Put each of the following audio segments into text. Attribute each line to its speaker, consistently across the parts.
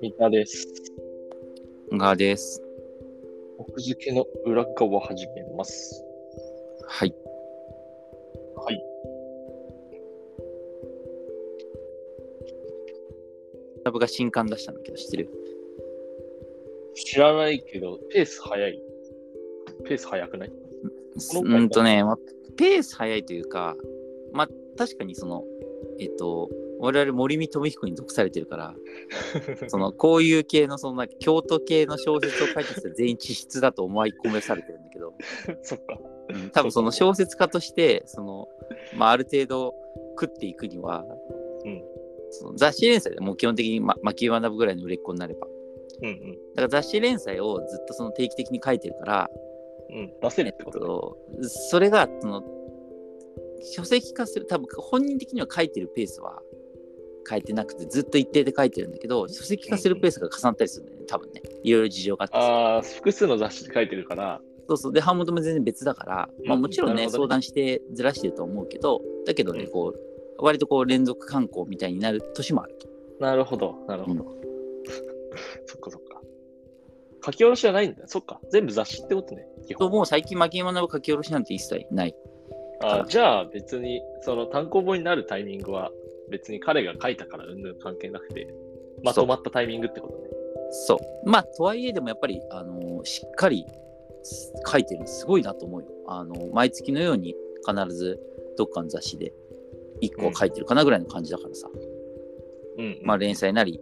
Speaker 1: 三田です。
Speaker 2: がです。
Speaker 1: 奥付けの裏側始めます。
Speaker 2: はい。
Speaker 1: はい。
Speaker 2: ラブが新刊出したんだけど、知ってる
Speaker 1: 知らないけど、ペース早い。ペース早く ないこの
Speaker 2: う
Speaker 1: 回
Speaker 2: んとね、ま、ペース早いというか、ま、確かにその、えっと、我々森見富彦に属されてるから、そのこういう系のそのなんか京都系の小説を書いてた人全員地質だと思い込めされてるんだけど、
Speaker 1: そっか。
Speaker 2: うん多分その小説家としてその、まあ、ある程度食っていくには、
Speaker 1: うん
Speaker 2: その雑誌連載でもう基本的に、ま、巻き学ぶぐらいの売れっ子になれば
Speaker 1: うん
Speaker 2: だから雑誌連載をずっとその定期的に書いてるから、
Speaker 1: うん。うん、出せる
Speaker 2: え
Speaker 1: っ
Speaker 2: って
Speaker 1: ことだね
Speaker 2: と、それがその書籍化する多分本人的には書いてるペースは変えてなくてずっと一定で書いてるんだけど書籍化するペースが重なったりするんだよね多分ねいろいろ事情があって
Speaker 1: ああ、複数の雑誌で書いてるから、
Speaker 2: そうそう。で、版元も全然別だから、まあ
Speaker 1: うん
Speaker 2: もちろん
Speaker 1: な
Speaker 2: ね、
Speaker 1: るほどね
Speaker 2: 相談してずらしてると思うけど、だけどね、
Speaker 1: うん
Speaker 2: こう、割とこう連続刊行みたいになる年もあると。
Speaker 1: なるほど、なるほど。 そっかそっか。書き下ろしじゃないんだ。そっか。全部雑誌ってことね。基
Speaker 2: と
Speaker 1: 本。
Speaker 2: もう最近、巻山の書き下ろしなんて一切ない。
Speaker 1: あーじゃあ別に、その単行本になるタイミングは、別に彼が書いたからうんぬん関係なくて、まとまったタイミングってことね。
Speaker 2: そう。まあ、とはいえでもやっぱり、あのーしっかりす書いてるのすごいなと思うよ。あのー毎月のように必ずどっかの雑誌で1個は書いてるかなぐらいの感じだからさ。
Speaker 1: うん、うん。
Speaker 2: まあ、連載なり、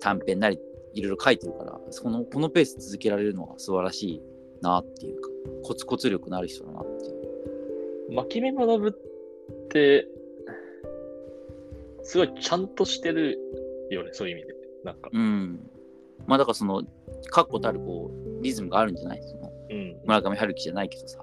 Speaker 2: 短編なり、いろいろ書いてるから、その、このペース続けられるのは素晴らしいなっていうか、コツコツ力のある人だなっていう。
Speaker 1: 巻目学ぶって、すごいちゃんとしてるよね、そういう意味で。なんか、
Speaker 2: うん。まあ、だからその、確固たるこう、リズムがあるんじゃないその、
Speaker 1: うん、
Speaker 2: 村上春樹じゃないけどさ。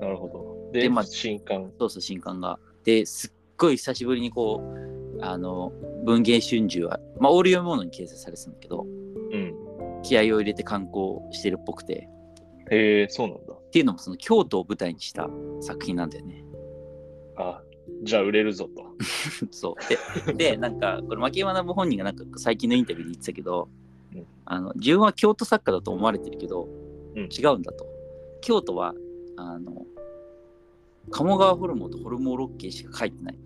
Speaker 1: なるほど。で、
Speaker 2: でまあ
Speaker 1: 新刊。
Speaker 2: そうそう、新刊が。で、すっごい久しぶりにこう、あの、文芸春秋は、まあ、オール読み物に掲載されてたんだけど、
Speaker 1: うん。
Speaker 2: 気合を入れて刊行してるっぽくて、
Speaker 1: へえ、そうなんだ。
Speaker 2: っていうのもその京都を舞台にした作品なんだよね。
Speaker 1: あ、じゃあ売れるぞと。
Speaker 2: そうででなんかこれ牧山本人がなんか最近のインタビューで言ってたけど、
Speaker 1: うん
Speaker 2: あの自分は京都作家だと思われてるけど、
Speaker 1: うん
Speaker 2: 違うんだと京都はあの鴨川ホルモンとホルモンロッケしか書いてない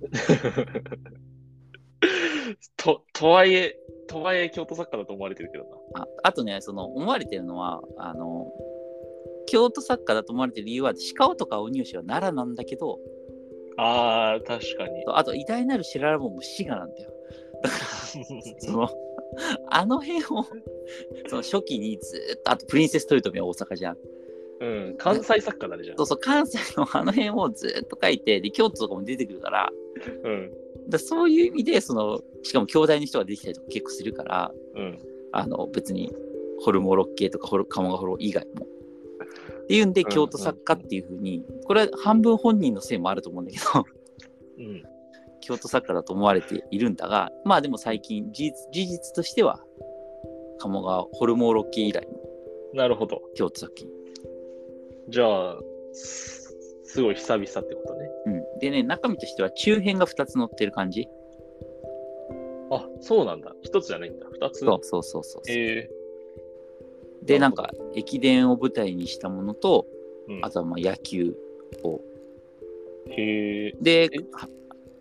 Speaker 1: と、とはいえ、とはいえ京都作家だと思われてるけどな。
Speaker 2: ああとねその思われてるのはあの京都作家だと思われてる理由は鹿尾とか鬼吉は奈良なんだけど
Speaker 1: ああ、確かに。
Speaker 2: あと偉大なる白良門も滋賀なんだよそ のあの辺をその初期にずーっとあとプリンセス豊臣は大阪じゃん
Speaker 1: うん、関西作家だね、じゃあ
Speaker 2: そう。そう関西のあの辺をずーっと書いてで京都とかも出てくるから
Speaker 1: うん、
Speaker 2: だそういう意味でそのしかも兄弟の人が出てきたりとか結構するから
Speaker 1: うん。
Speaker 2: あの別にホルモロッケとかホル鴨川ホルモ以外も。っていうんで
Speaker 1: うん
Speaker 2: 京都作家っていうふうにこれは半分本人のせいもあると思うんだけど
Speaker 1: うん、
Speaker 2: 京都作家だと思われているんだがまあでも最近事実事実としては鴨川ホルモロッケ以来の
Speaker 1: なるほど。
Speaker 2: 京都作品
Speaker 1: じゃあ、すすごい久々ってことね。
Speaker 2: うん、でね中身としては中編が2つ載ってる感じ、
Speaker 1: あ、そうなんだ。一つじゃないんだ。二つ。
Speaker 2: そうそうそうそうそう
Speaker 1: え
Speaker 2: で
Speaker 1: な
Speaker 2: な
Speaker 1: る
Speaker 2: ん
Speaker 1: ほど
Speaker 2: か駅伝を舞台にしたものと
Speaker 1: ーうん
Speaker 2: あとはまあ野球を
Speaker 1: へえ。
Speaker 2: で
Speaker 1: え
Speaker 2: は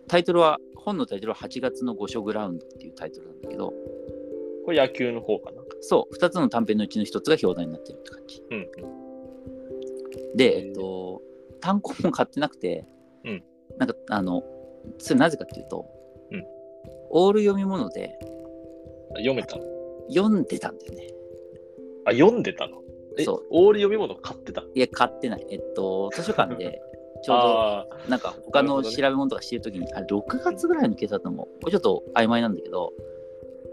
Speaker 2: タイトルは本のタイトルは8月の五所グラウンドっていうタイトルなんだけど
Speaker 1: これ野球の方かな。
Speaker 2: そう2つの短編のうちの1つが表題になってるって感じ
Speaker 1: うん。
Speaker 2: で、
Speaker 1: へー
Speaker 2: えっと、単行本買ってなくて、
Speaker 1: うん
Speaker 2: なんかあのそれなぜかっていうと、
Speaker 1: うん
Speaker 2: オール読み物で
Speaker 1: 読めたの。
Speaker 2: 読んでたんだよね
Speaker 1: あ、読んでたの。え、
Speaker 2: そう
Speaker 1: オール読み物買ってたの
Speaker 2: いや買ってないえっと図書館でちょうど
Speaker 1: ああ
Speaker 2: なんか他
Speaker 1: なるほ
Speaker 2: の
Speaker 1: どね
Speaker 2: 調べ物とかしてるときに、あれ6月ぐらいのケースだったのも、これちょっと曖昧なんだけど、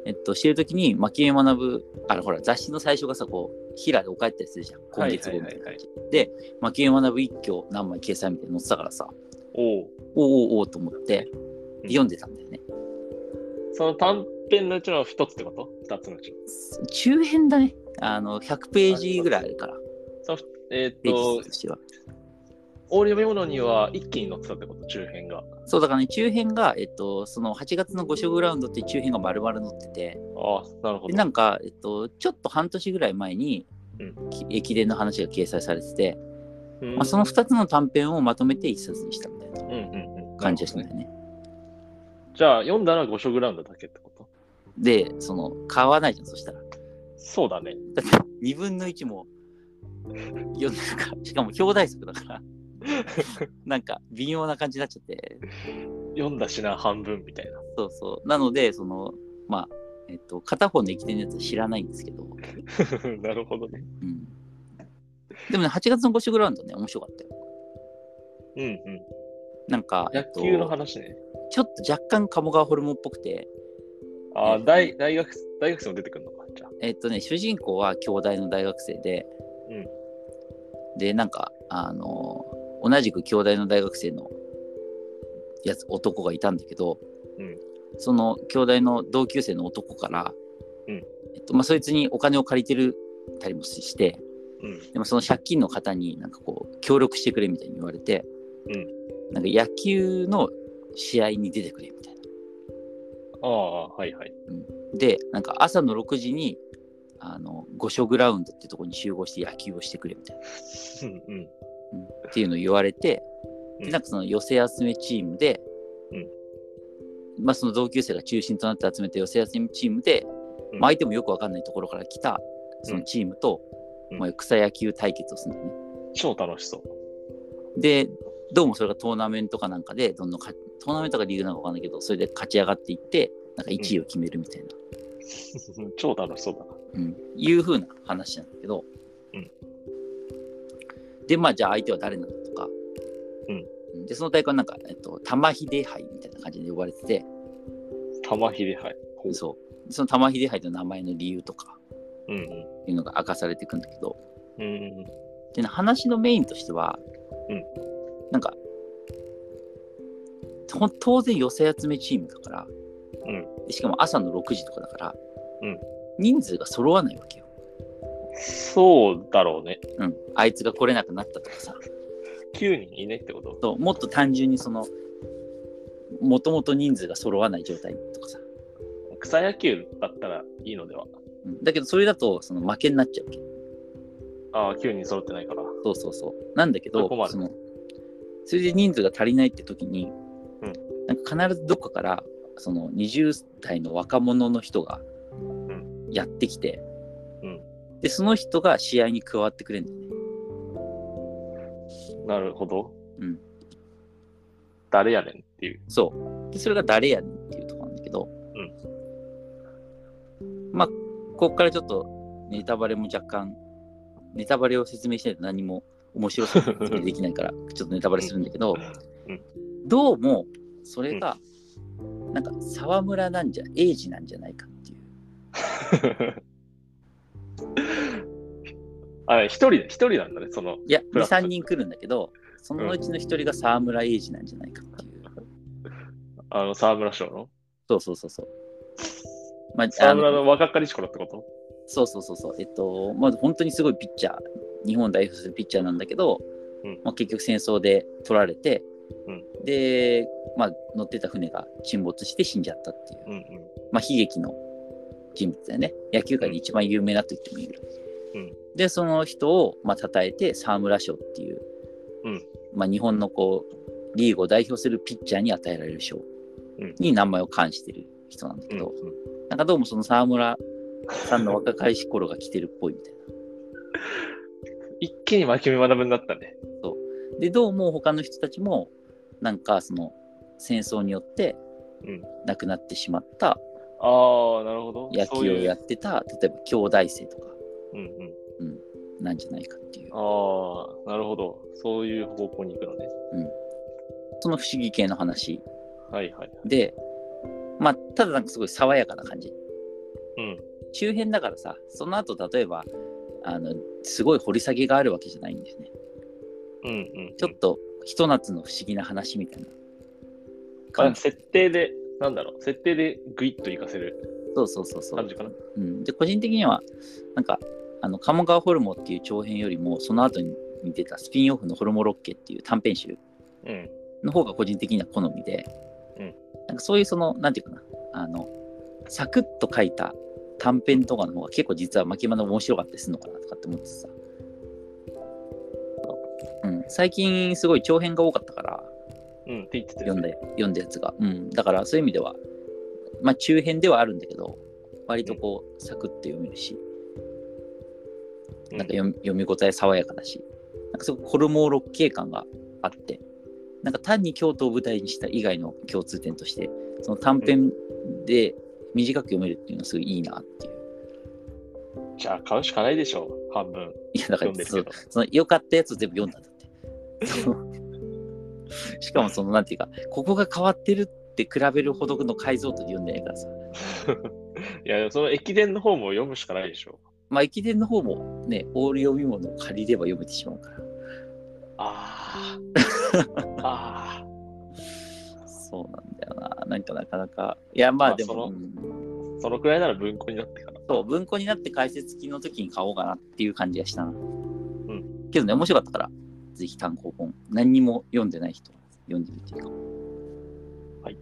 Speaker 2: えっと、してるときに、牧江学ぶ、あの、ほら、雑誌の最初がさ、こう、平で置かれてたりするじゃん、今月号みたい
Speaker 1: はいはい
Speaker 2: な
Speaker 1: はい
Speaker 2: 感じ。で、牧江学ぶ一挙何枚掲載みたいなの載ってたからさ、
Speaker 1: おう
Speaker 2: おうおうおうと思って、で読んでたんだよね。
Speaker 1: その短編のうちの一つってこと二つのうちの。
Speaker 2: 中編だね。あの、100ページぐらいあるから、
Speaker 1: えーっ
Speaker 2: ページ
Speaker 1: と
Speaker 2: 数と、しては。
Speaker 1: オリモノには一気に載ってたってこと、中編が。あ
Speaker 2: そうだからね、中編が、えっと、その8月の5色ラウンドっていう中編が丸々載ってて、
Speaker 1: あ、なるほ
Speaker 2: で
Speaker 1: ど。
Speaker 2: なんか、えっと、ちょっと半年ぐらい前に、
Speaker 1: うん
Speaker 2: き駅伝の話が掲載されてて、
Speaker 1: うん
Speaker 2: まあ、その2つの短編をまとめて1冊にしたみたいな
Speaker 1: うんうんうん
Speaker 2: 感じです
Speaker 1: なる
Speaker 2: ね。ね
Speaker 1: ほどねじゃあ、読んだら5色ラウンドだけってこと
Speaker 2: で、その、買わないじゃん、そしたら。だ
Speaker 1: そうだね。
Speaker 2: って、2分の1も読んでるから、しかも表題作 だから、なんか、微妙な感じになっちゃって、
Speaker 1: 読んだしな、半分みたいな。
Speaker 2: そうそう。なので、その、まあ、えっと、片方の駅伝のやつは知らないんですけど、
Speaker 1: なるほどね。
Speaker 2: うん。でもね、8月の5色ラウンドね、面白かったよ。
Speaker 1: うんうん。
Speaker 2: なんか、えっ
Speaker 1: 野
Speaker 2: と
Speaker 1: 球の話ね。
Speaker 2: ちょっと若干鴨川ホルモンっぽくて、
Speaker 1: あ
Speaker 2: え
Speaker 1: ー大大学大学生も出てくるのか、じゃあ。
Speaker 2: えっとね、主人公は兄弟の大学生で、
Speaker 1: うん
Speaker 2: で、なんか、あのー同じく兄弟の大学生のやつ、男がいたんだけど、
Speaker 1: うん
Speaker 2: その兄弟の同級生の男から、
Speaker 1: うん
Speaker 2: えっとまあ、そいつにお金を借りてるたりもして、
Speaker 1: うん。
Speaker 2: でもその借金の方になんかこう協力してくれみたいに言われて、
Speaker 1: うん
Speaker 2: なんか野球の試合に出てくれみたいな。
Speaker 1: ああ、はいはい。
Speaker 2: で、なんか朝の6時にあの五所グラウンドってとこに集合して野球をしてくれみたいな、
Speaker 1: うんうん。
Speaker 2: うんっていうのを言われて、
Speaker 1: う
Speaker 2: で
Speaker 1: ん
Speaker 2: なんかその寄せ集めチームで、
Speaker 1: うん
Speaker 2: まあその同級生が中心となって集めた寄せ集めチームで、
Speaker 1: うん
Speaker 2: まあ相手もよくわかんないところから来たそのチームと、
Speaker 1: うん
Speaker 2: まあ、草野球対決をするんだよね。
Speaker 1: 超楽しそう。
Speaker 2: で、どうもそれがトーナメントかなんかで、どんどんかトーナメントかリーグなんかわかんないけど、それで勝ち上がっていって、なんか1位を決めるみたいな、
Speaker 1: 超楽しそうだな。
Speaker 2: うんいう風な話なんだけど、
Speaker 1: うん
Speaker 2: で、まあ、じゃあ相手は誰なのとか、
Speaker 1: うん
Speaker 2: うんで、その大会はなんか、えっと、玉秀杯みたいな感じで呼ばれてて、
Speaker 1: 玉秀杯。ほう
Speaker 2: そう、その玉秀杯の名前の理由とか
Speaker 1: うん
Speaker 2: いうのが明かされていくんだけど、
Speaker 1: うん。うんうん
Speaker 2: でね話のメインとしては、
Speaker 1: うん
Speaker 2: なんかと当然寄せ集めチームだから、
Speaker 1: うん
Speaker 2: でしかも朝の6時とかだから、
Speaker 1: うん
Speaker 2: 人数が揃わないわけよ、
Speaker 1: そうだろうね。
Speaker 2: うん、あいつが来れなくなったとかさ
Speaker 1: 9人いねってこと
Speaker 2: ともっと単純にそのもともと人数が揃わない状態とかさ、
Speaker 1: 草野球だったらいいのでは
Speaker 2: うんだけどそれだとその負けになっちゃうわけ
Speaker 1: ああ、9人揃ってないから。
Speaker 2: そうそうそう。なんだけ
Speaker 1: それ
Speaker 2: ど
Speaker 1: 困、る
Speaker 2: そのそれで人数が足りないって時に、
Speaker 1: うん
Speaker 2: なんか必ずどっかからその20代の若者の人が
Speaker 1: ん
Speaker 2: やってきて、
Speaker 1: うん
Speaker 2: でその人が試合に加わってくれるんだよね。
Speaker 1: なるほど。
Speaker 2: うん。
Speaker 1: 誰やねんっていう。
Speaker 2: そう。でそれが誰やねんっていうところなんだけど、
Speaker 1: うん
Speaker 2: まあここからちょっとネタバレも若干ネタバレを説明しないと何も面白さが説明できな いからちょっとネタバレするんだけど、
Speaker 1: うん
Speaker 2: どうもそれが、なんか沢村なんじゃ英二なんじゃないかっていう
Speaker 1: あれ、一人で、一人なんだ ね、その。
Speaker 2: いや
Speaker 1: プラス
Speaker 2: 23人来るんだけどそのうちの一人が沢村英二なんじゃないかっていう、
Speaker 1: あの、沢村賞の。
Speaker 2: そうそうそうそうまあ
Speaker 1: 沢
Speaker 2: あの
Speaker 1: 村の若かりし頃ってこと
Speaker 2: そうそうそうそう、えっと、まあ、本当にすごいピッチャー、日本を代表するピッチャーなんだけど、
Speaker 1: うん
Speaker 2: まあ、結局戦争で取られて、
Speaker 1: うん
Speaker 2: で、まあ、乗ってた船が沈没して死んじゃったっていう、
Speaker 1: うん
Speaker 2: まあ、悲劇の人物だよね。野球界で一番有名だと言ってもいいぐらい。
Speaker 1: うん
Speaker 2: で、その人を、まあ、称えて、沢村賞っていう、
Speaker 1: うん
Speaker 2: まあ、日本のこう、リーグを代表するピッチャーに与えられる賞
Speaker 1: うん
Speaker 2: に名前を冠してる人なんだ
Speaker 1: う
Speaker 2: け
Speaker 1: ん。
Speaker 2: ど、
Speaker 1: うんうん
Speaker 2: なんかどうもその沢村さんの若かりし頃が来てるっぽいみたい
Speaker 1: 一気に巻き目学ぶになったね。
Speaker 2: な。で、どうも他の人たちも、なんかその戦争によって
Speaker 1: うん
Speaker 2: 亡くなってしまった
Speaker 1: ああ、なるほど。
Speaker 2: 野
Speaker 1: そう
Speaker 2: 球を
Speaker 1: いう
Speaker 2: やってた、例えば兄弟生とか
Speaker 1: うんうん。
Speaker 2: なんじゃないかっていう、
Speaker 1: ああ、なるほど。そういう方向に行くのね。
Speaker 2: その不思議系の話
Speaker 1: はいはい。
Speaker 2: で、まあ、ただなんかすごい爽やかな感じ。
Speaker 1: うん。
Speaker 2: 周辺だからさ、その後例えば、あの、すごい掘り下げがあるわけじゃないんだよね。
Speaker 1: うんうん。
Speaker 2: ちょっと、ひと夏の不思議な話みたいな
Speaker 1: あ
Speaker 2: 感
Speaker 1: れ
Speaker 2: じ。
Speaker 1: 設定で、なんだろう、設定でグイッと行かせる
Speaker 2: そうそうそうそう
Speaker 1: 感。じかな。
Speaker 2: うん、で個人的にはなんかあの「鴨川ホルモン」っていう長編よりもその後にに出たスピンオフの「ホルモロッケ」っていう短編集
Speaker 1: うん。
Speaker 2: の方が個人的には好みで、
Speaker 1: うん
Speaker 2: なんかそういうそのなんていうかなあのサクッと書いた短編とかの方が結構実は巻きの面白かったりするのかなとかって思ってさ、うん、最近すごい長編が多かったから
Speaker 1: うん。って言ってたよ
Speaker 2: 読ん
Speaker 1: ね
Speaker 2: だ読んだやつが、うん、だからそういう意味では、まあ、中編ではあるんだけど割とこうサクッと読めるし、
Speaker 1: うん
Speaker 2: なんか読み読み応え爽やかだしなんかすごくホルモーロッケ感があってなんか単に京都を舞台にした以外の共通点としてその短編で短く読めるっていうのはすごいいいなっていう。
Speaker 1: じゃあ買うしかないでしょう。半分。
Speaker 2: いやだ
Speaker 1: 読
Speaker 2: から
Speaker 1: んでる
Speaker 2: そ
Speaker 1: け
Speaker 2: う
Speaker 1: ど。
Speaker 2: その良かったやつを全部読んだんだって。そのしかもその なんていうかここが変わってるって比べるほどの解像度で読んでないからさ。
Speaker 1: いや、でもその駅伝の方も読むしかないでしょ
Speaker 2: まあ駅伝の方もねオール読み物を借りれば読めてしまうから。
Speaker 1: う。ああ。 ああ。
Speaker 2: そうなんだよな。なんかなかなか。いやま
Speaker 1: ま
Speaker 2: あ
Speaker 1: あ
Speaker 2: でも、
Speaker 1: その
Speaker 2: うん
Speaker 1: そのくらいなら文庫になってから。
Speaker 2: そう文庫になって解説機の時に買おうかなっていう感じがしたな。うんけどね面白かったからぜひ単行本何にも読んでない人は読んでみていいかも。
Speaker 1: はい